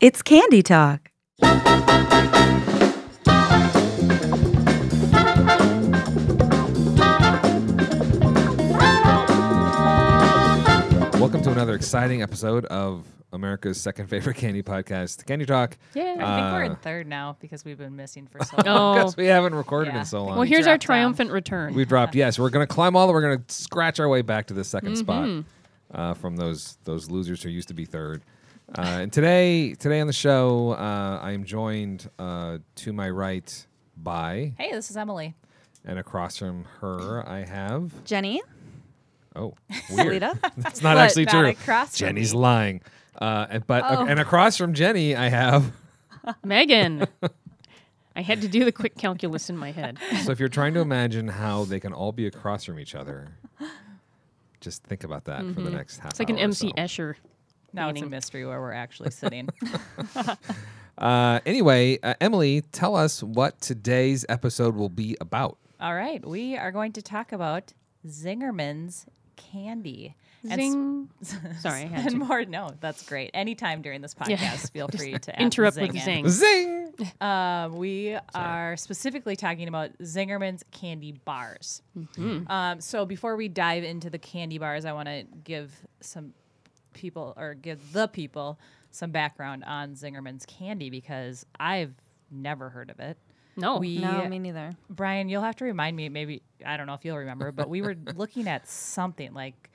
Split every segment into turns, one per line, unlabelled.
It's Candy Talk.
Welcome to another exciting episode of America's second favorite candy podcast, Candy Talk.
I
Yeah.
think we're
Uh,
in third now because we've been missing for so long.
Oh.
Because we haven't recorded
Yeah.
in so long.
Well, here's our
dropped down.
triumphant return.
we dropped. Yes, we're gonna climb all. the We're gonna scratch our way back to the 2nd
Mm-hmm.
spot uh, from those those losers who used to be third. Uh, and today, today on the show, uh, I am joined uh, to my right by
Hey, this is Emily.
and across from her, I have
Jenny,
oh weird.
Lita.
That's not
But
actually
not
true.
across from
Jenny's
me.
lying. Uh, and- but
Oh.
and across from Jenny, I have.
Megan. I had to do the quick calculus in my head.
So if you're trying to imagine how they can all be across from each other, just think about that for the
Mm-hmm.
next half.
It's like an
hour or Oh, so.
MC Escher.
Now it's a
Meaning.
mystery where we're actually sitting.
Uh, anyway, uh, Emily, tell us what today's episode will be about.
All right, we are going to talk about Zingerman's candy. And s-
Zing. Sorry, I had
and
to
more. No, that's great. Anytime during this podcast, feel free to add the
interrupt with
zing in.
zing.
Zing!
Um, we are specifically talking about Zingerman's candy bars.
Mm-hmm.
Um, so before we dive into the candy bars, I want to give some people or give the people some background on Zingerman's candy because I've never heard of it.
No.
We
Oh, No, me neither.
Brian, you'll have to remind me. Maybe I don't know if you'll remember, but we were looking at something like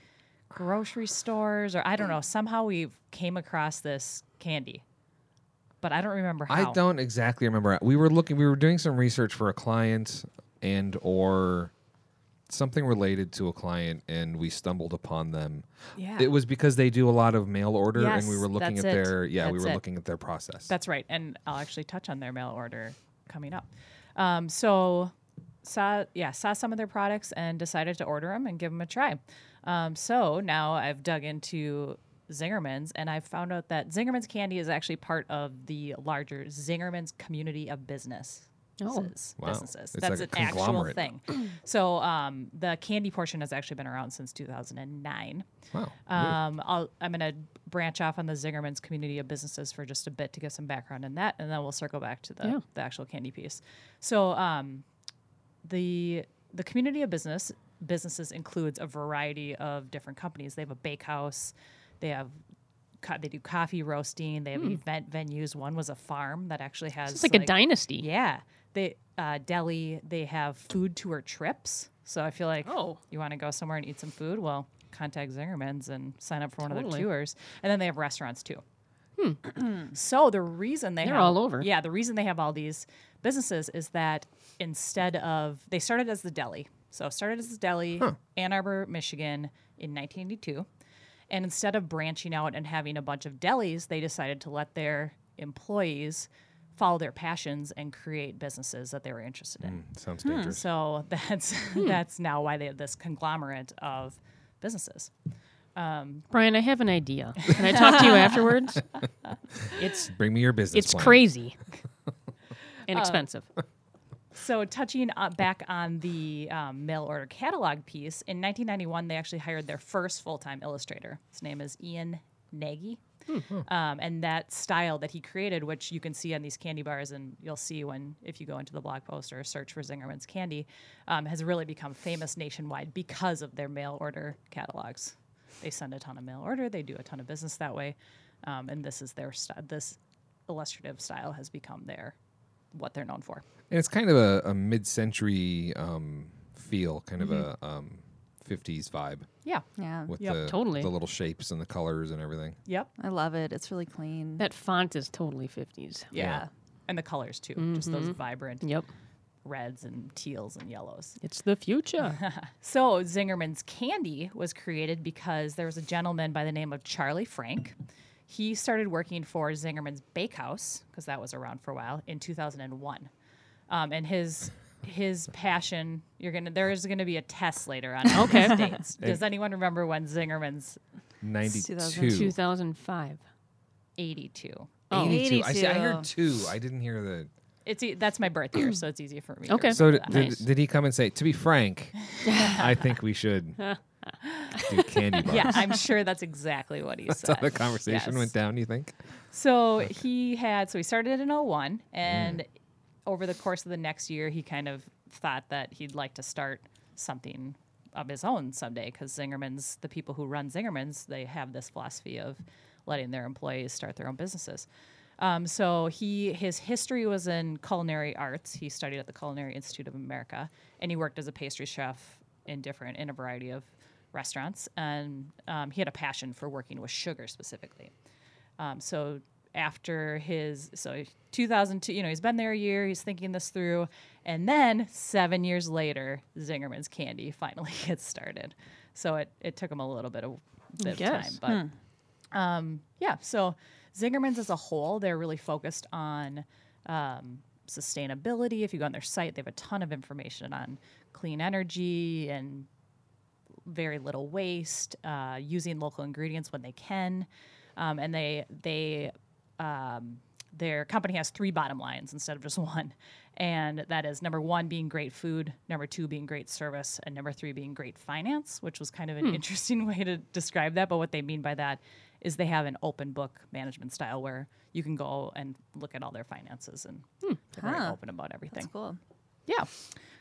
grocery stores or I don't know. Somehow we came across this candy, but I don't remember how.
I don't exactly remember. We were looking. We were doing some research for a client and or something related to a client, and we stumbled upon them.
Yeah.
It was because they do a lot of mail order, and we
Yes,
were looking at
that's it.
their yeah, we
That's
were
it.
looking at their process.
That's right. And I'll actually touch on their mail order coming up. Um, so saw yeah saw some of their products and decided to order them and give them a try. Um, so now I've dug into Zingerman's and I've found out that Zingerman's candy is actually part of the larger Zingerman's community of business.
Oh.
businesses.
Wow.
businesses.
It's
That's
like a
an actual
conglomerate.
thing. So um, the candy portion has actually been around since 2009.
wow.
Um, I'll, I'm going to branch off on the Zingerman's community of businesses for just a bit to give some background on that, and then we'll circle back to the,
Yeah.
the actual candy piece. So, um, the the community of business businesses includes a variety of different companies. They have a bakehouse, they have co- they do coffee roasting, they have event venues. One was a farm that actually has
Hmm. It's like a dynasty.
yeah. They uh, deli. They have food tour trips. So I feel like
Oh.
you want to go somewhere and eat some food. Well, contact Zingerman's and sign up for one of
Totally. Hmm.
their tours. And then they have restaurants too. so the reason they
They're
have-
all over.
Yeah, the reason they have all these businesses is that instead of they started as the deli. So it started as the deli, Ann Arbor, Michigan, in 1982. And instead of branching out and having a bunch of delis, they decided to let their employees follow their passions and create businesses that they were interested in.
Mm, Sounds
hmm.
dangerous.
So that's that's now why they have this conglomerate of businesses.
Brian, I have an idea. Can I talk to you afterwards? It's
Bring me your business.
it's
plan.
crazy. And expensive.
So, touching uh, back on the um, mail order catalog piece, in 1991, they actually hired their first full time illustrator. His name is Ian Nagy. Um, and that style that he created, which you can see on these candy bars, and you'll see when if you go into the blog post or search for Zingerman's candy, um, has really become famous nationwide because of their mail order catalogs. They send a ton of mail order, they do a ton of business that way, um, and this is their st- this illustrative style has become their what they're known for.
And it's kind of a, a mid-century um, feel, kind of a um, 50s vibe
Yeah.
Yeah,
with
Mm-hmm. Yep,
the,
totally.
the little shapes and the colors and everything.
Yep.
I love it. It's really clean.
That font is totally 50s.
Yeah. And the colors too, just those vibrant
Mm-hmm. Yep.
reds and teals and yellows.
It's the future.
So Zingerman's candy was created because there was a gentleman by the name of Charlie Frank. He started working for Zingerman's Bakehouse because that was around for a while in 2001, um, and his his passion. You're gonna there's gonna be a test later on. all these
Okay.
dates. Does anyone remember when Zingerman's
92.
2002.
2005.
82?
82. I, see, I
Oh.
heard two. I didn't hear the
It's e- that's my birth year, so it's easier for me. to
Okay.
So d-
remember
did,
that.
Nice.
did he come and say, to be frank, I think we should do candy bars?
yeah, I'm sure that's exactly what he
So
said.
the conversation
Yes.
went down, you think?
So he had so he started in 01 and over the course of the next year he kind of thought that he'd like to start something of his own someday cuz Zingerman's the people who run Zingerman's they have this philosophy of letting their employees start their own businesses. Um, so he his history was in culinary arts. He studied at the Culinary Institute of America and he worked as a pastry chef in different in a variety of restaurants and um, he had a passion for working with sugar specifically. Um, so after his so 2002, you know, he's been there a year. He's thinking this through, and then seven years later, Zingerman's Candy finally gets started. So it it took him a little bit of, bit of time,
guess.
but um, yeah. So Zingerman's as a whole, they're really focused on um, sustainability. If you go on their site, they have a ton of information on clean energy and very little waste, uh, using local ingredients when they can, um, and they they um, their company has three bottom lines instead of just one, and that is number one being great food, number two being great service, and number three being great finance, which was kind of
Hmm.
an interesting way to describe that. But what they mean by that is they have an open book management style where you can go and look at all their finances and they're very
Hmm. Huh.
open about everything.
That's cool.
Yeah.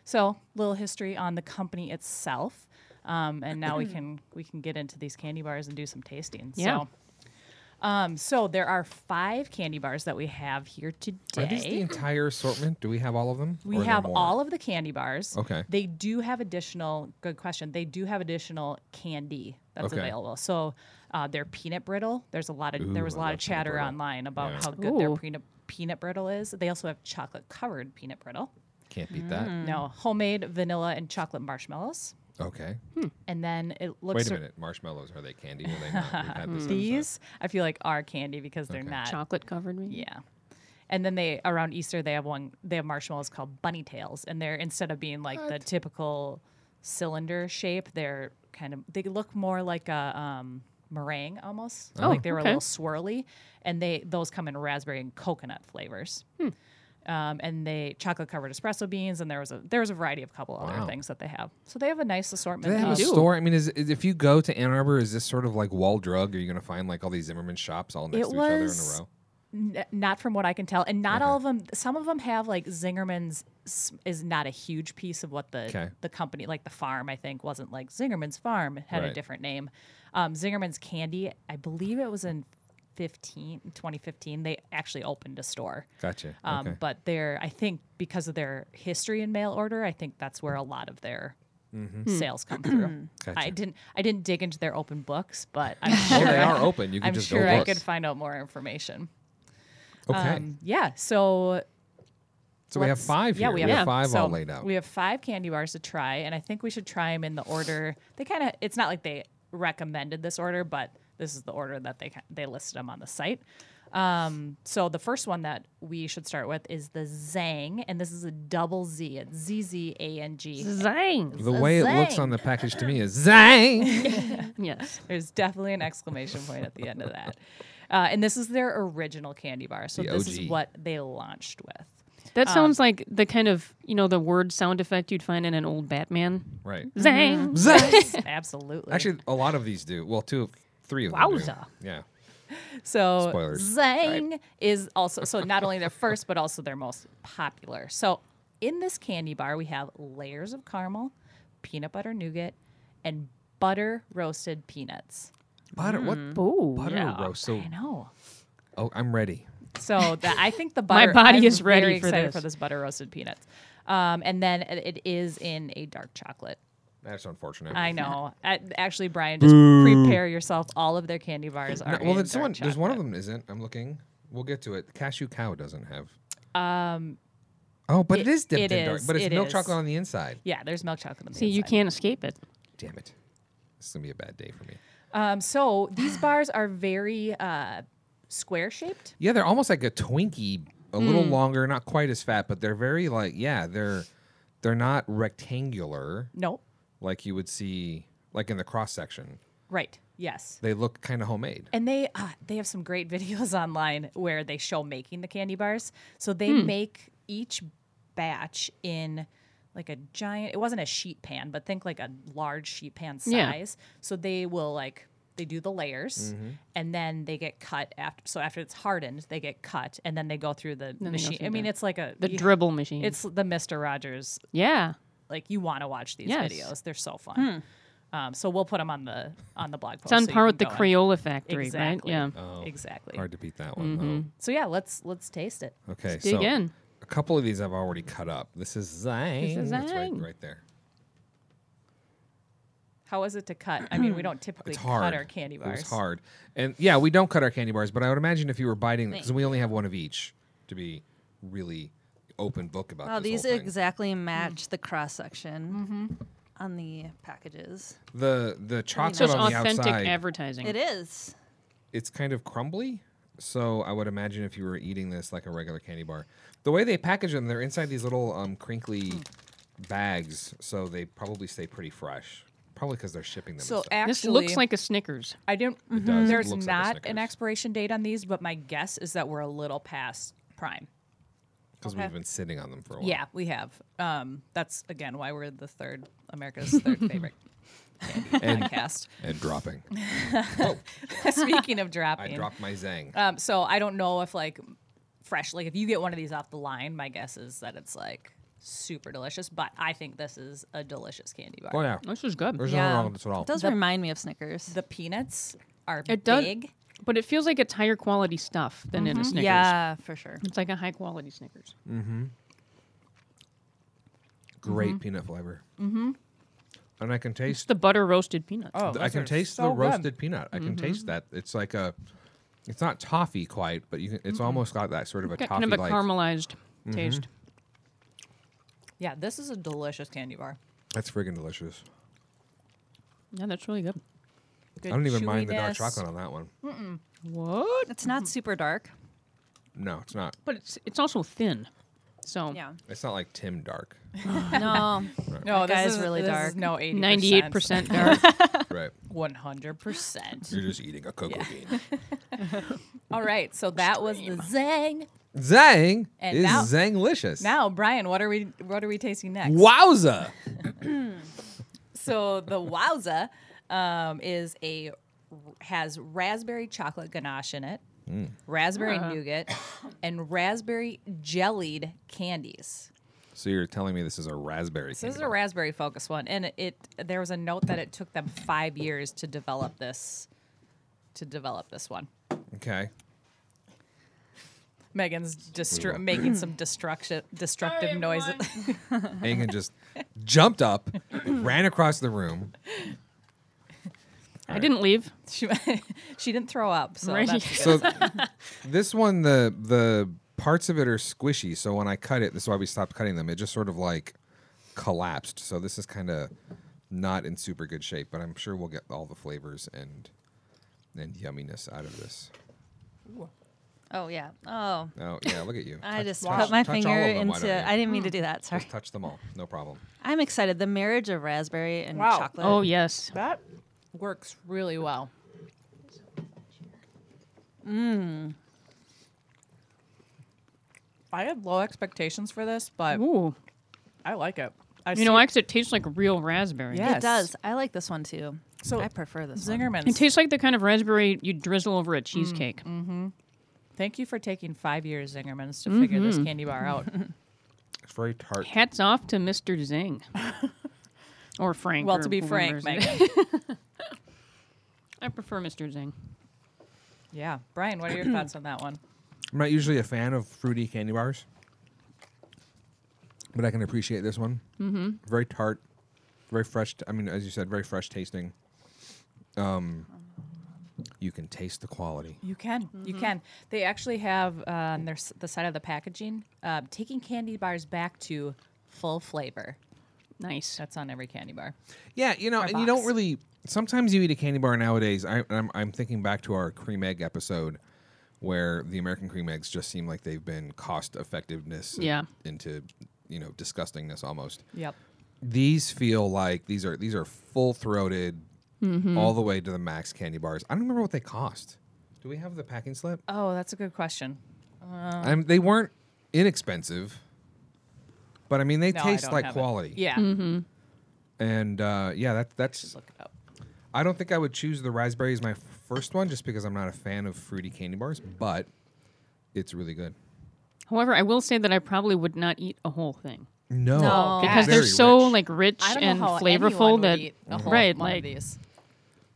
So, little history on the company itself, um, and now we can we can get into these candy bars and do some tasting.
Yeah.
So, um, so there are five candy bars that we have here
Are these the
today.
entire assortment? Do we have all of them?
We have all of the candy bars.
Okay.
They do have additional. Good question. They do have additional candy that's
Okay.
available. So, uh, their peanut brittle. There's a lot of there
Ooh,
was a
I
lot
love peanut
of chatter
brittle.
online about
Yeah.
how good their
Ooh.
peanut peanut brittle is. They also have chocolate covered peanut brittle.
Can't beat that.
No, homemade vanilla and chocolate marshmallows.
Okay.
And then it looks
Wait a minute. Marshmallows, are they candy? Are they not? We've had this episode.
these I feel like are candy because they're not.
Chocolate covered
Mm-hmm.
me.
Yeah. And then they around Easter they have one they have marshmallows called bunny tails and they're instead of being like the typical cylinder shape, they're kind of they look more like a um, meringue almost.
Oh,
like they were
okay.
a little swirly and they those come in raspberry and coconut flavors.
Hmm.
Um, and they chocolate covered espresso beans, and there was a there was a variety of couple other
Wow.
things that they have. So they have a nice assortment.
Do they have a
of-
do.
store? I mean, is, is if you go to Ann Arbor, is this sort of like Wall Drug? Are you going to find like all these Zimmerman shops all next
It
to each other in a
was-
row?
N- not from what I can tell, and not all of them. Some of them have like Zingerman's s- is not a huge piece of what the
Okay.
the company like the farm I think wasn't like Zingerman's farm it had a
Right.
different name. Um, Zingerman's candy, I believe it was in 15 2015 they actually opened a store.
Gotcha.
Um,
okay.
But they're, I think, because of their history in mail order, I think that's where a lot of their sales come through. I
Mm-hmm. Gotcha.
didn't, I didn't dig into their open books, but I'm
Oh,
sure
they are open. You can
I'm
just
sure
go
I
look.
could find out more information.
Okay.
Um, yeah. So
so we have
let's-
five here.
Yeah, we have,
five
so
all laid out.
We have five candy bars to try, and I think we should try them in the order. They kind of. It's not like they recommended this order, but this is the order that they ki- they listed them on the site. Um, so the first one that we should start with is the Zang, and this is a double Z. It's Z Z A N G.
Zang.
the way it looks
zang.
on the package to me is zang.
Yes.
There's definitely an exclamation point at the end of that. Uh, and this is their original candy bar. So
The
this
OG.
is what they launched with.
That sounds like the kind of you know the word sound effect you'd find in an old Batman.
right.
Zang.
Mm-hmm. Zang.
Absolutely.
Actually, a lot of these do. Well, two, of three of them. do.
Wowza.
Yeah.
So
Spoilers.
Zang is also so not only their first but also their most popular. So in this candy bar we have layers of caramel, peanut butter nougat, and butter roasted peanuts.
Butter. What?
Mm.
Oh,
Butter roast. So,
I know.
oh, I'm ready.
So that I think the
My
butter.
body
I'm
is ready
very
for
excited
this.
for this butter roasted peanuts. Um, and then it it is in a dark chocolate.
That's unfortunate.
I know. A- Actually, Brian, just prepare yourself. All of their candy bars are.
No, well,
in
there's
dark
someone. There's one of
chocolate.
them isn't. I'm looking. We'll get to it. Cashew cow doesn't have. Um. Oh, but it
it-
is dipped
it
in dark.
is,
But it's
it
milk
is.
chocolate on the inside.
Yeah, there's milk chocolate. On the
See, you
inside.
can't escape it.
Damn it. This is gonna be a bad day for me.
Um, so these bars are very uh, square shaped.
Yeah, they're almost like a Twinkie, a little longer, not quite as fat, but they're very like yeah, they're they're not rectangular
No,
like you would see like in the cross section.
right? Yes.
They look kind of homemade.
And they
Hmm.
uh, they have some great videos online where they show making the candy bars. So they make each batch in like a giant it wasn't a sheet pan but think like a large sheet pan
Yeah.
size so they will like they do the layers and then they get cut after so after it's hardened they get cut and then they go through the
go
machine
through
i mean
the-
it's like a
The
you-
dribble machine.
it's the mr rogers
yeah.
like you want to watch these
Yes.
videos they're so fun um, so we'll put them on the on the blog post
It's on
so you
par
can
with the
go and-
Crayola factory,
exactly
right? Yeah.
Oh,
exactly
Hard to beat that one. though.
so yeah let's Mm-hmm. let's taste it
Okay,
dig
so
in.
a couple of these I've already cut up. This is Zang.
is
That's right,
Zang.
right there.
how is it to cut i mean we don't typically
It's hard.
cut our candy bars
It's hard, and yeah, we don't cut our candy bars. But I would imagine if you were biting, because we only have one of each, to be really open book about.
Wow,
this
these
whole thing.
exactly match the cross section on the packages.
the the chocolate
Such
on the
authentic
outside.
advertising.
It is.
it's kind of crumbly. So I would imagine if you were eating this like a regular candy bar, the way they package them, they're inside these little um, crinkly
Hmm.
bags, so they probably stay pretty fresh. Probably because they're shipping them. and
so
eh,
stuff.
actually
This looks like a Snickers.
I don't. mm-hmm.
does. It
There's
looks like a
not an
Snickers.
expiration date on these, but my guess is that we're a little past prime.
because
Okay.
we've been sitting on them for a while.
Yeah, we have. Um, that's again why we're the third America's third favorite
and,
podcast.
and dropping.
Speaking of
I
dropping,
dropped my zang.
Uh,
um, so I don't know if like fresh, like if you get one of these off the line, my guess is that it's like super delicious. But I think this is a delicious candy bar.
oh yeah,
This is good.
there's nothing
yeah.
wrong with this at all.
It does remind me of Snickers.
The peanuts are
It does-
big.
But it feels like it's higher quality stuff than in a
Mm-hmm.
Snickers.
yeah, for sure.
It's like a high quality Snickers.
Great peanut flavor. Mm-hmm. And I can
It's
taste.
the butter roasted peanuts.
Oh,
I can taste the roasted peanut. I can taste that. It's like a. It's not toffee quite, but you can, it's almost got that sort of a
Got
toffee
kind of a
like. Mm-hmm.
caramelized taste.
Yeah, this is a delicious candy bar.
That's friggin' delicious.
Yeah, that's really good.
Good
I don't even mind the dark
chewiness.
chocolate on that one.
What?
It's not super dark.
No, it's not.
But it's it's also thin. So
Yeah.
It's not like Tim Dark.
No.
No,
That guy
this
is
is
really
this
dark.
Is no, eighty.
ninety-eight percent dark.
right.
One hundred percent.
You're just eating a cocoa bean.
All right, so that was the zang.
Zang
And
is
now-
zanglicious.
Now, Brian, what are we what are we tasting next?
Wowza.
So the wowza um, is a has raspberry chocolate ganache in it, raspberry nougat, and raspberry jellied candies.
So you're telling me this is a raspberry
So this is
candy
a
bar.
raspberry focused one, and it there was a note that it took them five years to develop this to develop this one.
Okay.
Megan's destru- making some destruction destructive noises.
Hagen just jumped up, ran across the room.
I didn't leave.
she, she didn't throw up, so
Right.
that's good.
So this one, the the parts of it are squishy. So when I cut it, this is why we stopped cutting them. It just sort of like collapsed. So this is kind of not in super good shape. But I'm sure we'll get all the flavors and and yumminess out of this.
Oh yeah. Oh,
Oh yeah, look at you.
I
Touch-
just
touch-
put my
touch all
finger
of them, why don't
into.
you?
I didn't mean to do that. Sorry.
Just touch them all. No problem.
I'm excited. The marriage of raspberry and
Wow.
chocolate.
Oh yes.
That works really well. Mm. I had low expectations for this, but
Ooh.
I like it. I
You know, actually, it tastes like real raspberry.
Yeah.
It does. I like this one too.
So-
I prefer this one.
It
Zingerman's.
tastes like the kind of raspberry you drizzle over a
Mm,
cheesecake.
Thank you for taking five years, Zingerman's, to figure this candy bar out.
It's very tart.
Hats off to Mr. Zing. or Frank.
well,
or
to be
whoever's
frank,
in-
Megan.
I prefer Mr. Zing.
yeah, Brian, what are your thoughts on that one?
I'm not usually a fan of fruity candy bars, but I can appreciate this one. Mm-hmm. Very tart, very fresh. I mean, as you said, very fresh tasting. Um, you can taste the quality.
You can, you can. They actually have uh, on their s- the side of the packaging uh, taking candy bars back to full flavor.
Nice.
That's on every candy bar.
Yeah, you know, and you don't really. Sometimes you eat a candy bar nowadays. I, I'm, I'm thinking back to our cream egg episode, where the American cream eggs just seem like they've been cost effectiveness
Yeah.
into you know disgustingness almost.
Yep.
these feel like these are these are full throated
Mm-hmm.
all the way to the max candy bars. I don't remember what they cost. Do we have the packing slip?
Oh, that's a good question.
I'm, they weren't inexpensive. But I mean, they
No, I
taste
don't
like
have it.
quality.
Yeah.
Mm-hmm.
And uh, yeah, that, that's.
Look it up.
I don't think I would choose the raspberry as my first one just because I'm not a fan of fruity candy bars, but it's really good.
However, I will say that I probably would not eat a whole thing
No,
No.
it's
because they're
very
so
rich. Uh-huh.
like rich
I don't
and
know how anyone
flavorful
would
that
eat a whole
right,
one of
like
these.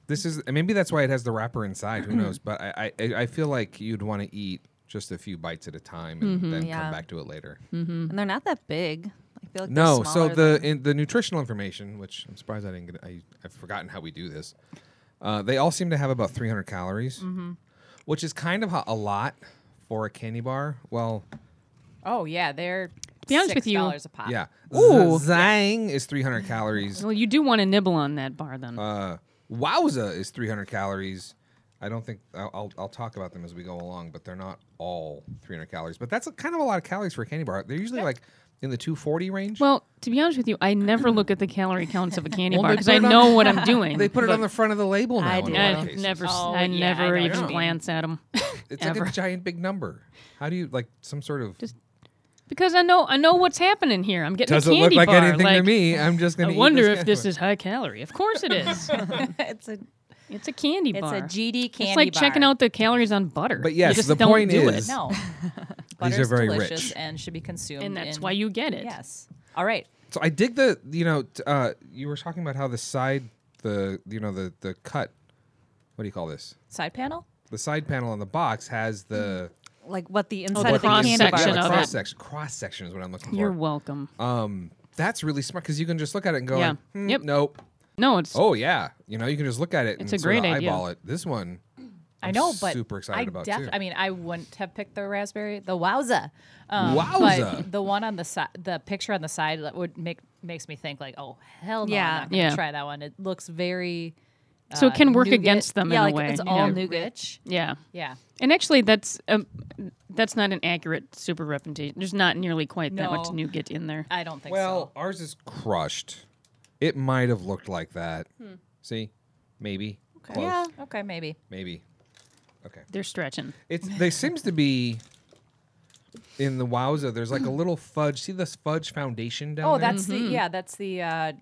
This is and maybe that's why it has the wrapper inside. Who knows? But I I, I feel like you'd want to eat just a few bites at a time and then
Mm-hmm. Yeah.
come back to it later.
mm.
And they're not that big. I feel like
No,
they're
so
smaller
the
than-
in, the nutritional information, which I'm surprised I didn't get, I, I've forgotten how we do this. Uh, they all seem to have about 300 calories,
Mm-hmm.
which is kind of ho- a lot for a candy bar. Well,
Oh yeah, they're to
be honest with you,
dollars a
Uh,
pop.
yeah,
Ooh.
Z- Zang is 300 calories.
well, you do want to nibble on that bar then.
Uh, Wowza is 300 calories. I don't think I'll, I'll I'll talk about them as we go along, but they're not all 300 calories. But that's a, kind of a lot of calories for a candy bar. They're usually like in the 240 range.
well, to be honest with you, I never look at the calorie counts of a candy
Well,
bar
they
because
put
I
it on-
know what I'm doing.
they put it on the front of the label now.
I
in a
do.
lot of
I
cases.
never, s-
Oh,
I
yeah, I know
never
what
even
you mean.
glance at them
It's
ever.
like a giant big number. How do you like some sort of?
Just because I know I know what's happening here. I'm getting a candy bar. like,
me? I'm just
I wonder if this is high calorie. Of course it is.
it's a
it's a candy
it's
bar.
a GD candy.
it's like checking
bar.
out the calories on butter.
But
You
yes,
just
the
don't
point
do it.
is-
No,
These
butter's
are very
delicious
rich.
and should be consumed.
and that's
in-
why you get it.
Yes. All right.
So I dig the you know t- uh, you were talking about how the side the you know the the cut what do you call this
Side panel.
the side panel on the box has
Mm-hmm.
the
like what the inside
Oh, the
of the
cross
candy
section
bar
of
looks
it.
like.
cross section cross section is what I'm looking
You're
for.
welcome.
Um, that's really smart because you can just look at it and go,
Yeah.
like, hmm,
Yep.
nope.
no, it's
Oh yeah, you know you can just look at it
It's
and
a
sort of
great idea.
eyeball it. This one,
I know, but
super excited
I
about, too.
I mean, I wouldn't have picked the raspberry, the wowza. Um,
Wowza.
But the one on the side, the picture on the side, that would make makes me think like, oh hell no,
Yeah.
I'm not gonna
Yeah.
try that one. It looks very.
So it
uh,
can work
nougat-
against them
yeah,
in a
like
way,
It's all
yeah.
nougat. Rich.
yeah.
Yeah.
And actually, that's um, that's not an accurate super representation. There's not nearly quite that much
No.
nougat in there.
I don't think
Well, ours is crushed. It might have looked like that. See, maybe. Close.
Yeah.
so. Okay, maybe.
Maybe. Okay.
They're stretching.
It's they seems to be in the Wowza. There's like a little fudge. See this fudge foundation down
Oh,
there?
that's the yeah, that's the uh,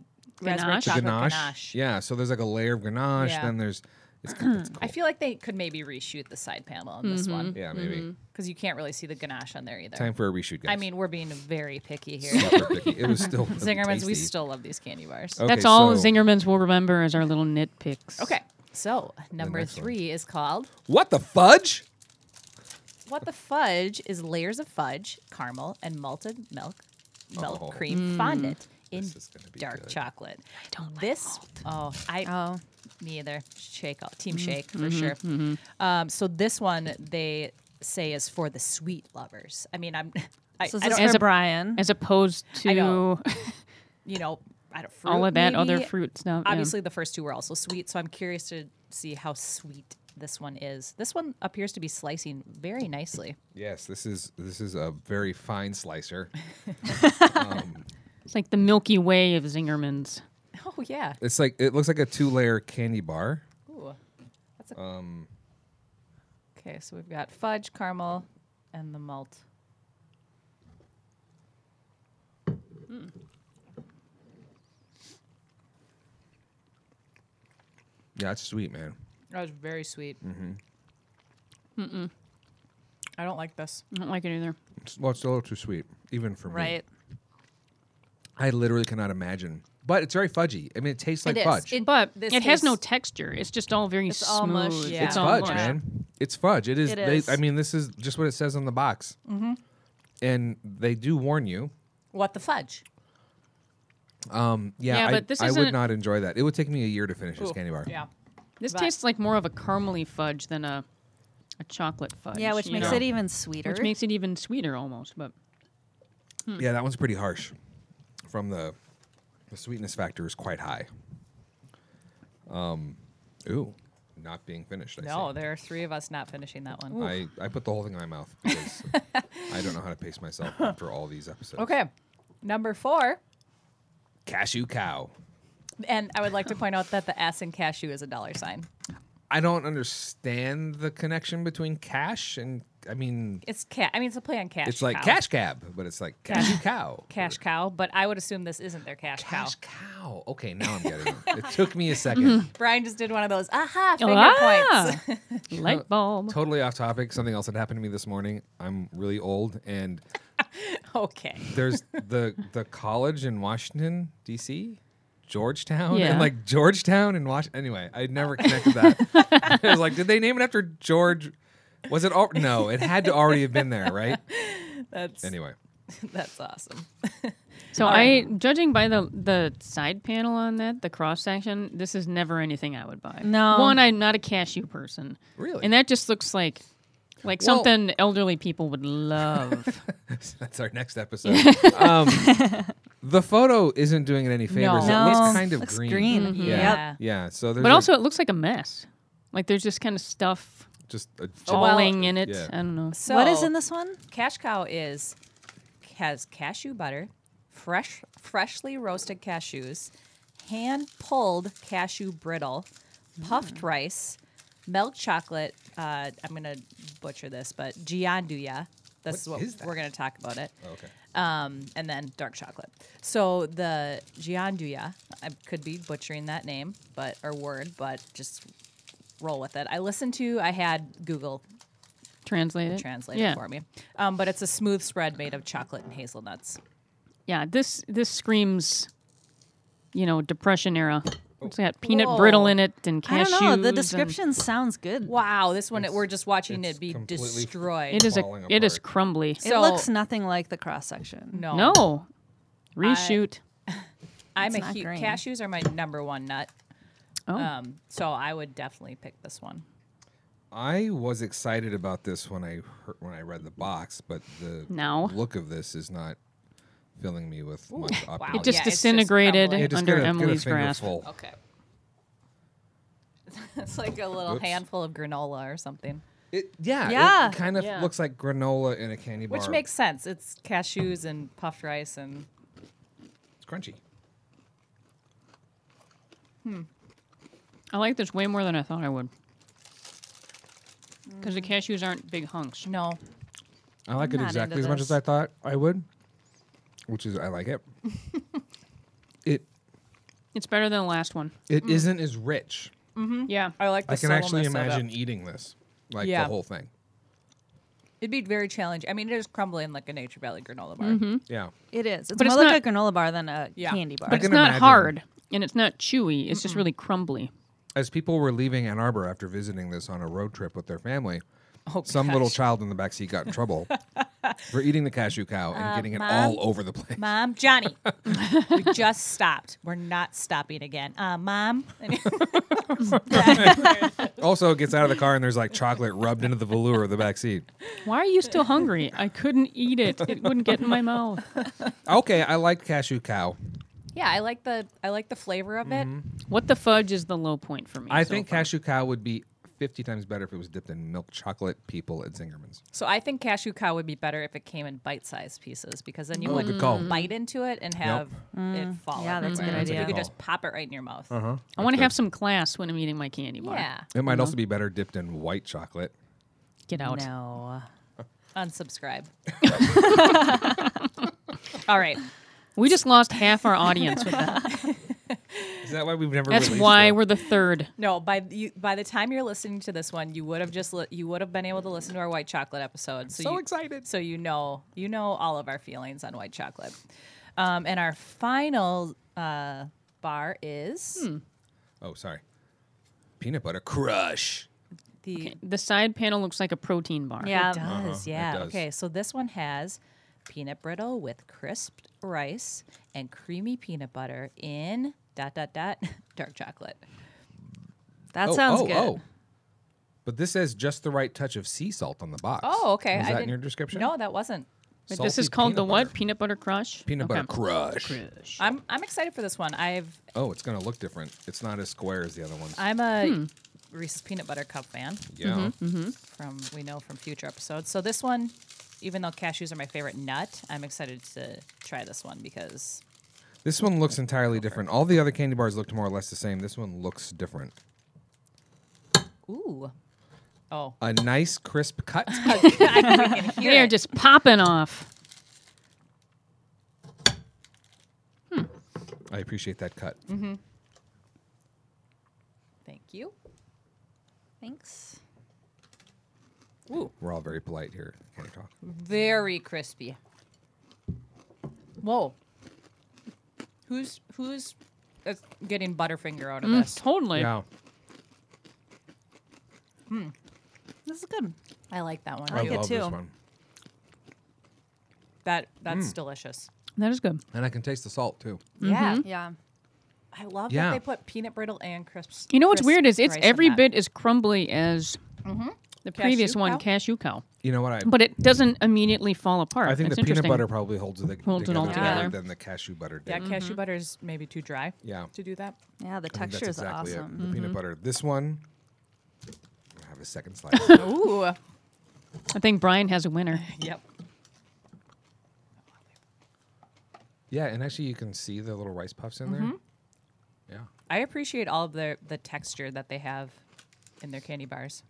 raspberry
Ganache? The
chocolate
Mm-hmm. ganache.
ganache.
Yeah. So there's like a layer of ganache.
Yeah.
Then there's. It's, it's
I feel like they could maybe reshoot the side panel on this one
yeah, maybe.
because you can't really see the ganache on there either.
Time for a reshoot, guys.
Mm-hmm. I mean, we're being very picky here.
Super picky. it was still really
Zingerman's, we
tasty. Oh.
still love these candy bars.
Okay,
that's all
so-
Zingerman's will remember as our little nitpicks.
Okay. So number
next one.
three is called
What the fudge?
What the Fudge is layers of fudge, caramel, and malted milk milk
Oh.
cream fondant in
This is gonna be
dark
good.
chocolate. I
don't like
this oh I
Oh,
me either. Shake all team shake for sure. Um, so this one they say is for the sweet lovers. I mean I'm I,
so
I
this
don't
is
As
for
a-
Brian.
As opposed
I
to
know. you know I don't fruit
all of that other
maybe.
fruit stuff. yeah.
Obviously, the first two were also sweet, so I'm curious to see how sweet this one is. This one appears to be slicing very nicely.
Yes, this is this is a very fine slicer.
It's like the Milky Way of Zingerman's.
Oh yeah,
It's like it looks like a two-layer candy bar.
Ooh. That's a... Okay, so we've got fudge, caramel, and the malt.
Yeah, it's sweet, man.
That was very sweet. Mm-hmm. Mm-mm.
Mm-hmm.
I don't like this.
I don't like it either.
It's, well, it's a little too sweet, even for me.
right.
I literally cannot imagine. But it's very fudgy. I mean, it tastes like
is.
fudge.
It-
But
This
it has no
tastes-
texture. It's just all very
It's all
smooth.
mush, yeah.
it's
Yeah.
fudge,
Yeah.
man. It's fudge. It is.
It is.
They, I mean, this is just what it says on the box. Mm-hmm. And they do warn you.
What the fudge?
Yeah,
Yeah,
I,
but this
I would
isn't-
not enjoy that. It would take me a year to finish this candy bar.
Yeah.
This
But-
tastes like more of a caramely fudge than a a chocolate fudge.
Yeah, which
you
makes
know?
it even sweeter.
which makes it even sweeter almost. But
Yeah, that one's pretty harsh. From the the sweetness factor is quite high. Um, ooh, not being finished. I
No,
see.
there are three of us not finishing that one.
I, I put the whole thing in my mouth because I don't know how to pace myself after all these episodes.
Okay, number four.
Cashew cow.
And I would like to point out that the S in cashew is a dollar sign.
I don't understand the connection between cash and I mean,
It's cat. I mean, it's a play on cash.
it's like
cow.
cash cab, but it's like cashew cow.
cash cow. But I would assume this isn't their cash,
Cash
cow.
cow. Okay, now I'm getting it. It took me a second.
Brian just did one of those. Aha! Finger points.
Ah, light bulb.
totally off topic. Something else that happened to me this morning. I'm really old, and
Okay.
there's the the college in Washington D.C. Georgetown
Yeah.
and like Georgetown and Washington. Anyway, I never connected that. I was like, did they name it after George? Was it? Al- no, it had to already have been there, right?
That's
Anyway,
that's awesome.
So I, judging by the the side panel on that, the cross section, this is never anything I would buy.
No.
one, I'm not a cashew person.
Really?
and that just looks like like
Well-
something elderly people would love.
that's our next episode. um, the photo isn't doing it any favors.
No.
It
No.
looks kind of
Looks
green.
green. Mhm.
Yeah.
Yep.
Yeah. So there's
but
a-
also, it looks like a mess. Like there's just kind of stuff
just a
well,
falling in it.
yeah.
I don't know.
So
what is in this one?
Cash cow is has cashew butter, fresh freshly roasted cashews, hand pulled cashew brittle,
Mm.
puffed rice, milk chocolate. Uh, I'm gonna butcher this, but gianduja. This
What
is
is
what
that?
we're gonna talk about it.
Oh, okay.
um, and then dark chocolate. So the gianduja, I could be butchering that name, but or word, but just roll with it. I listened to, I had Google
Translate it.
translate
yeah.
it for me, um, but it's a smooth spread made of chocolate and hazelnuts.
Yeah, this this screams, you know, depression era.
Oh.
It's got peanut
Whoa.
brittle in it and
I
cashews.
don't know. The
and-
description sounds good.
Wow, this one we're just watching
it's
it be
completely-
destroyed.
It is a
Falling
it is
apart.
crumbly.
It
So- Mm.
looks nothing like the cross section.
no,
no, reshoot.
I'm a
not
huge
green.
cashews are my number one nut.
oh,
Um, so I would definitely pick this one.
I was excited about this when I heard, when I read the box, but the
No.
look of this is not filling me with much optimism.
It
it just
yeah, it's just
disintegrated
crumbly.
Yeah, just
under
get a- get a
Emily's
finger
grasp.
full.
Okay. it's like a little
Oops.
handful of granola or something.
It, yeah,
Yeah.
It kind of
Yeah.
looks like granola in a candy bar.
Which makes sense. It's cashews and puffed rice and
it's crunchy.
I like this way more than I thought I would. Because the cashews aren't big hunks.
no.
I like
I'm
it
not
exactly
into
as much as
this.
I thought I would, which is I like it. it
It's better than the last one.
it not as rich.
Yeah.
I like the
I can
Solo
actually
Minnesota.
imagine eating this, like
Yeah.
the whole thing.
It'd be very challenging. I mean, it is crumbling like a Nature Valley granola bar.
Mm-hmm.
Yeah,
It is. It's
But
more
it's
like a granola bar than a
Yeah.
candy bar.
I
It's
can
not
imagine.
hard and it's not chewy. It's just really crumbly.
as people were leaving Ann Arbor after visiting this on a road trip with their family,
Oh,
some little
gosh.
child in the backseat got in trouble for eating the cashew cow
Uh,
and getting it all over the place.
Mom, Johnny, we just stopped. We're not stopping again. Uh, Mom,
Also, gets out of the car and there's like chocolate rubbed into the velour of the backseat.
Why are you still hungry? I couldn't eat it. It wouldn't get in my mouth.
Okay, I like cashew cow.
yeah, I like the I like the flavor of it.
Mm-hmm.
What the fudge is the low point for me.
I
so
think
far.
cashew cow would be 50 times better if it was dipped in milk chocolate people at Zingerman's.
So I think cashew cow would be better if it came in bite-sized pieces because then you
Oh,
would
good call.
bite into it and have it fall.
Yeah,
out
that's a good
everywhere. So
idea.
You could
Good
just pop it right in your mouth.
Uh-huh.
I want to have some class when I'm eating my candy bar.
Yeah,
It might also be better dipped in white chocolate.
Get out.
No.
unsubscribe. All right.
We just lost half our audience with that.
Is that why we've never
That's
released
why
it?
we're the third.
No, by th- you, by the time you're listening to this one, you would have just li- you would have been able to listen to our white chocolate episode. So,
so
you,
excited.
So you know you know all of our feelings on white chocolate. Um, and our final uh, bar is
Oh, sorry. Peanut butter crush.
the.
The side panel looks like a protein bar.
Yeah.
It does, yeah.
does.
Okay, so this one has peanut brittle with crisped rice and creamy peanut butter in dot dot dot dark chocolate.
That
oh,
sounds
oh,
good.
Oh. But this says just the right touch of sea salt on the box.
Oh, okay.
Is
I
that in
didn't-
your description?
No, that wasn't.
But this
Salty
is called
peanut
the
butter.
what? Peanut butter crush?
Peanut
Okay.
butter crush.
I'm I'm excited for this one. I've
Oh, it's gonna look different. It's not as square as the other ones.
I'm a Reese's peanut butter cup fan
yeah.
from we know from future episodes. So this one, even though cashews are my favorite nut, I'm excited to try this one because
This one looks entirely different. All the other candy bars looked more or less the same. This one looks different.
ooh, Oh,
a nice crisp cut.
Uh,
They are just popping off.
I appreciate that cut.
thank you.
Thanks.
Ooh,
We're all very polite here. at Counter Talk.
very crispy. Whoa. Who's who's uh, getting Butterfinger out of this?
Mm, Totally.
Yeah,
This is good.
I like that one.
I like it
love this
too.
one,
That
Mm.
that's delicious.
That is good.
and I can taste the salt too.
Mm-hmm.
Yeah,
Yeah.
I love
Yeah.
that they put peanut brittle and crisps.
You know what's
crisp
weird is it's
rice in
every
that. Mm-hmm.
bit as crumbly as the previous
Cashew
one,
cow?
cashew cow,
You know what? I
but it doesn't immediately fall apart.
I think
That's
the peanut
interesting.
butter probably holds it
Holds it
together
all
better
together.
than the cashew butter did.
Yeah, cashew butter is maybe too dry.
Yeah.
To do that.
Yeah, the
I think that's
texture is
exactly it.
awesome.
The
Mm-hmm.
peanut butter. This one, I have a second slice.
Ooh.
I think Brian has a winner.
yep.
yeah, and actually, you can see the little rice puffs in
Mm-hmm.
there. Yeah,
I appreciate all of the the texture that they have in their candy bars,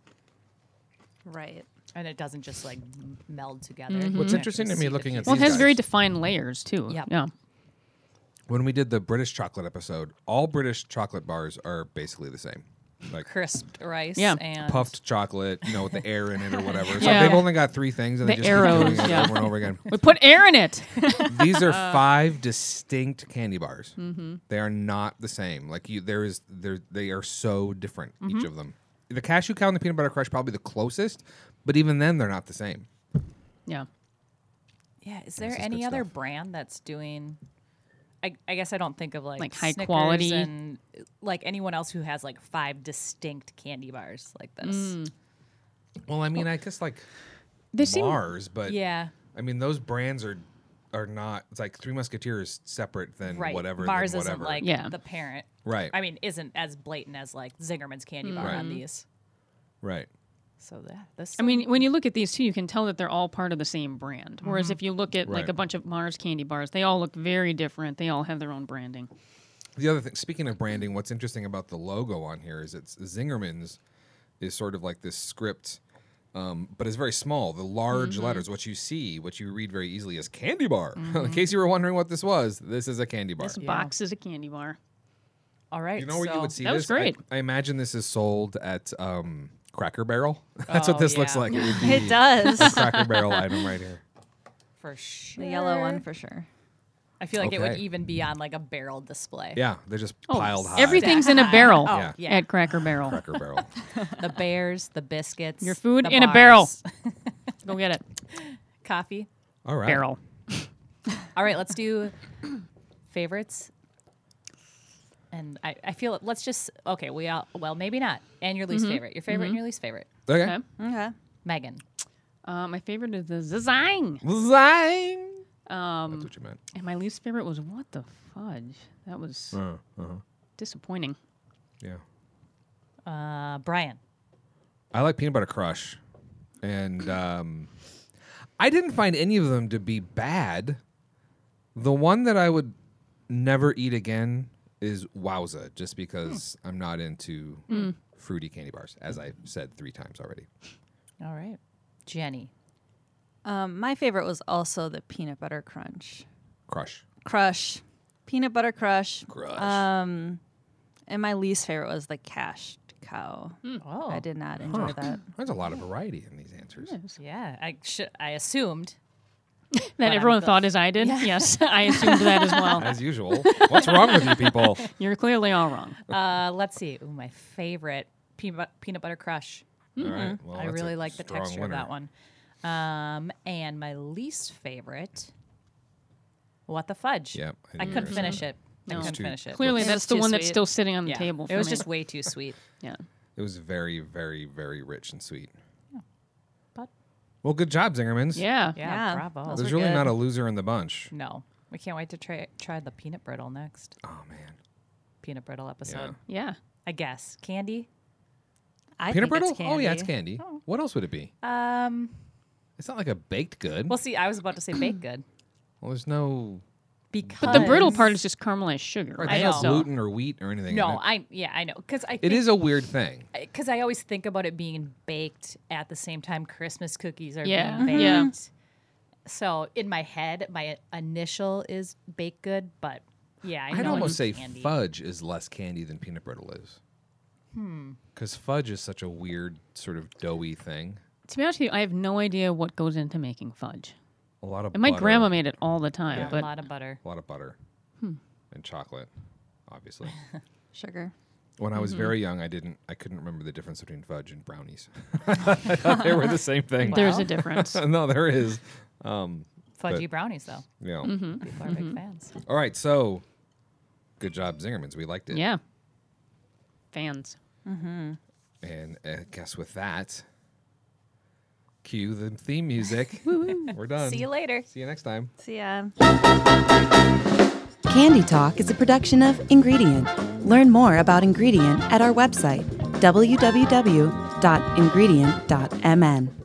Mm-hmm.
Right.
and it doesn't just like m- meld together.
What's
You
interesting to me
actually see the
looking at
Well,
fuse.
it
These
has very
guys.
defined layers too.
Yep.
Yeah.
when we did the British chocolate episode, all British chocolate bars are basically the same, like
crisped rice.
Yeah.
And
puffed chocolate, you know, with the air in it or whatever. It's
Yeah.
like they've only got three things, and
The
they just keep doing
arrows,
it
yeah. Uh.
over and over again.
We put air in it.
These are five distinct candy bars.
Mm-hmm.
They are not the same. Like you, there is there they are so different
Mm-hmm.
each of them. The cashew cow and the peanut butter crush probably the closest, but even then they're not the same.
yeah.
Yeah. Is there
is good
any other
stuff.
brand that's doing? I, I guess I don't think of like
Like high
Snickers
quality?
and like anyone else who has like five distinct candy bars like this.
Mm.
Well, I mean, I guess like
They seem
Mars, but
Yeah.
I mean those brands are are not. It's like Three Musketeers is separate than
Right.
whatever.
Bars
than
isn't
whatever.
like
Yeah.
the parent.
right,
I mean, isn't as blatant as like Zingerman's candy bar
Mm.
on these.
right.
So that this.
I mean, when you look at these two, you can tell that they're all part of the same brand. Whereas if you look at like
Right.
a bunch of Mars candy bars, they all look very different. They all have their own branding.
The other thing, speaking of branding, what's interesting about the logo on here is it's Zingerman's is sort of like this script, um, but it's very small. The large
Mm-hmm.
letters, what you see, what you read very easily is candy bar.
Mm-hmm.
In case you were wondering what this was, this is a candy bar.
This box is a candy bar.
all right.
you know where
so
you would see
That was
this? I-
great.
I, imagine this is sold at um, Cracker Barrel. That's what
Oh,
this looks
yeah.
like. It would be
It does.
a Cracker Barrel item right here.
for sure.
the yellow one for sure.
I feel like it would
Okay.
even be on like a barrel display.
Yeah, they're just
Oh,
piled high.
Everything's in a barrel
Oh,
Yeah.
yeah.
at Cracker Barrel.
Cracker Barrel.
The bears, the biscuits,
Your food
the
in a barrel.
bars,
Go get it.
coffee.
All right.
Barrel.
All right, let's do favorites. And I, I feel let's just okay. We all well maybe not. And your
Mm-hmm.
least favorite, your favorite, and your least favorite,
Okay.
Okay.
Okay.
Megan.
Uh, my favorite is the Zazang.
Zing. That's
Um,
what you meant.
and my least favorite was what the fudge? That was
Uh, uh-huh.
disappointing.
Yeah.
Uh, Brian.
I like peanut butter crush, and um, I didn't find any of them to be bad. The one that I would never eat again is Wowza, just because
Hmm.
I'm not into fruity candy bars, as I said three times already.
All right, Jenny.
Um, my favorite was also the peanut butter crunch.
Crush,
Crush. Peanut butter crush.
crush.
Uh,
Um, and my least favorite was the cashed cow.
Oh,
I did not enjoy that.
There's a lot of variety in these answers.
Yeah, I should. I assumed.
That
I'm
everyone
the-
thought as I did. Yes, I assumed that as well.
As usual, what's wrong with you people?
You're clearly all wrong.
Uh, let's see. Ooh, my favorite peanut but- peanut butter crush.
All right, well,
I
Oh, that's a
really like the
strong
texture
winner.
of that one. Um, and my least favorite. What the fudge?
Yep, I
I,
knew you were
couldn't
gonna
finish it. I
Mm-hmm. No.
couldn't
too-
finish it.
Clearly,
It
that's
was
the
too
one that's
sweet.
still sitting on the
Yeah.
table. For
it was
me.
just way too sweet.
yeah.
It was very, very, very rich and sweet.
But
Well, good job, Zingermans.
Yeah.
yeah,
Yeah.
bravo.
Those
There's
were
really
good.
not a loser in the bunch.
no, we can't wait to try try the peanut brittle next
Oh man.
peanut brittle episode.
Yeah.
Yeah.
I guess candy.
I
Peanut
think
brittle?
it's
Oh yeah, it's
candy.
candy. What else would it be?
Um,
It's not like a baked good.
well,
Well,
see, I was about to say baked good.
there's no
because
But the brittle part is just caramelized sugar.
Right,
I
there's
know.
no gluten or wheat or anything. in
No,
it.
I yeah, I know because I
it is a weird thing.
because I always think about it being baked at the same time Christmas cookies are
Yeah. Mm-hmm.
being baked.
Yeah.
So in my head, my initial is baked good, but yeah, I know
I'd
it's
almost say
candy.
fudge is less candy than peanut brittle is.
Hmm.
Because fudge is such a weird sort of doughy thing.
To be honest with you, I have no idea what goes into making fudge.
A lot of
And my
butter,
grandma made it all the time,
Yeah, a
but
lot of butter.
a lot of butter
Hmm.
and chocolate, obviously.
Sugar.
when I was
Mm-hmm.
very young, I didn't I couldn't remember the difference between fudge and brownies. I thought they were the same thing.
there's a difference.
no, there is.
Fudgy brownies, though.
Yeah.
People are big fans.
All right, so good job, Zingerman's. We liked it.
yeah. Fans.
And uh, I guess with that, cue the theme music. We're done.
See you later.
See you next time.
So yeah.
Candy Talk is a production of Ingredient. Learn more about Ingredient at our website, www.ingredient.mn.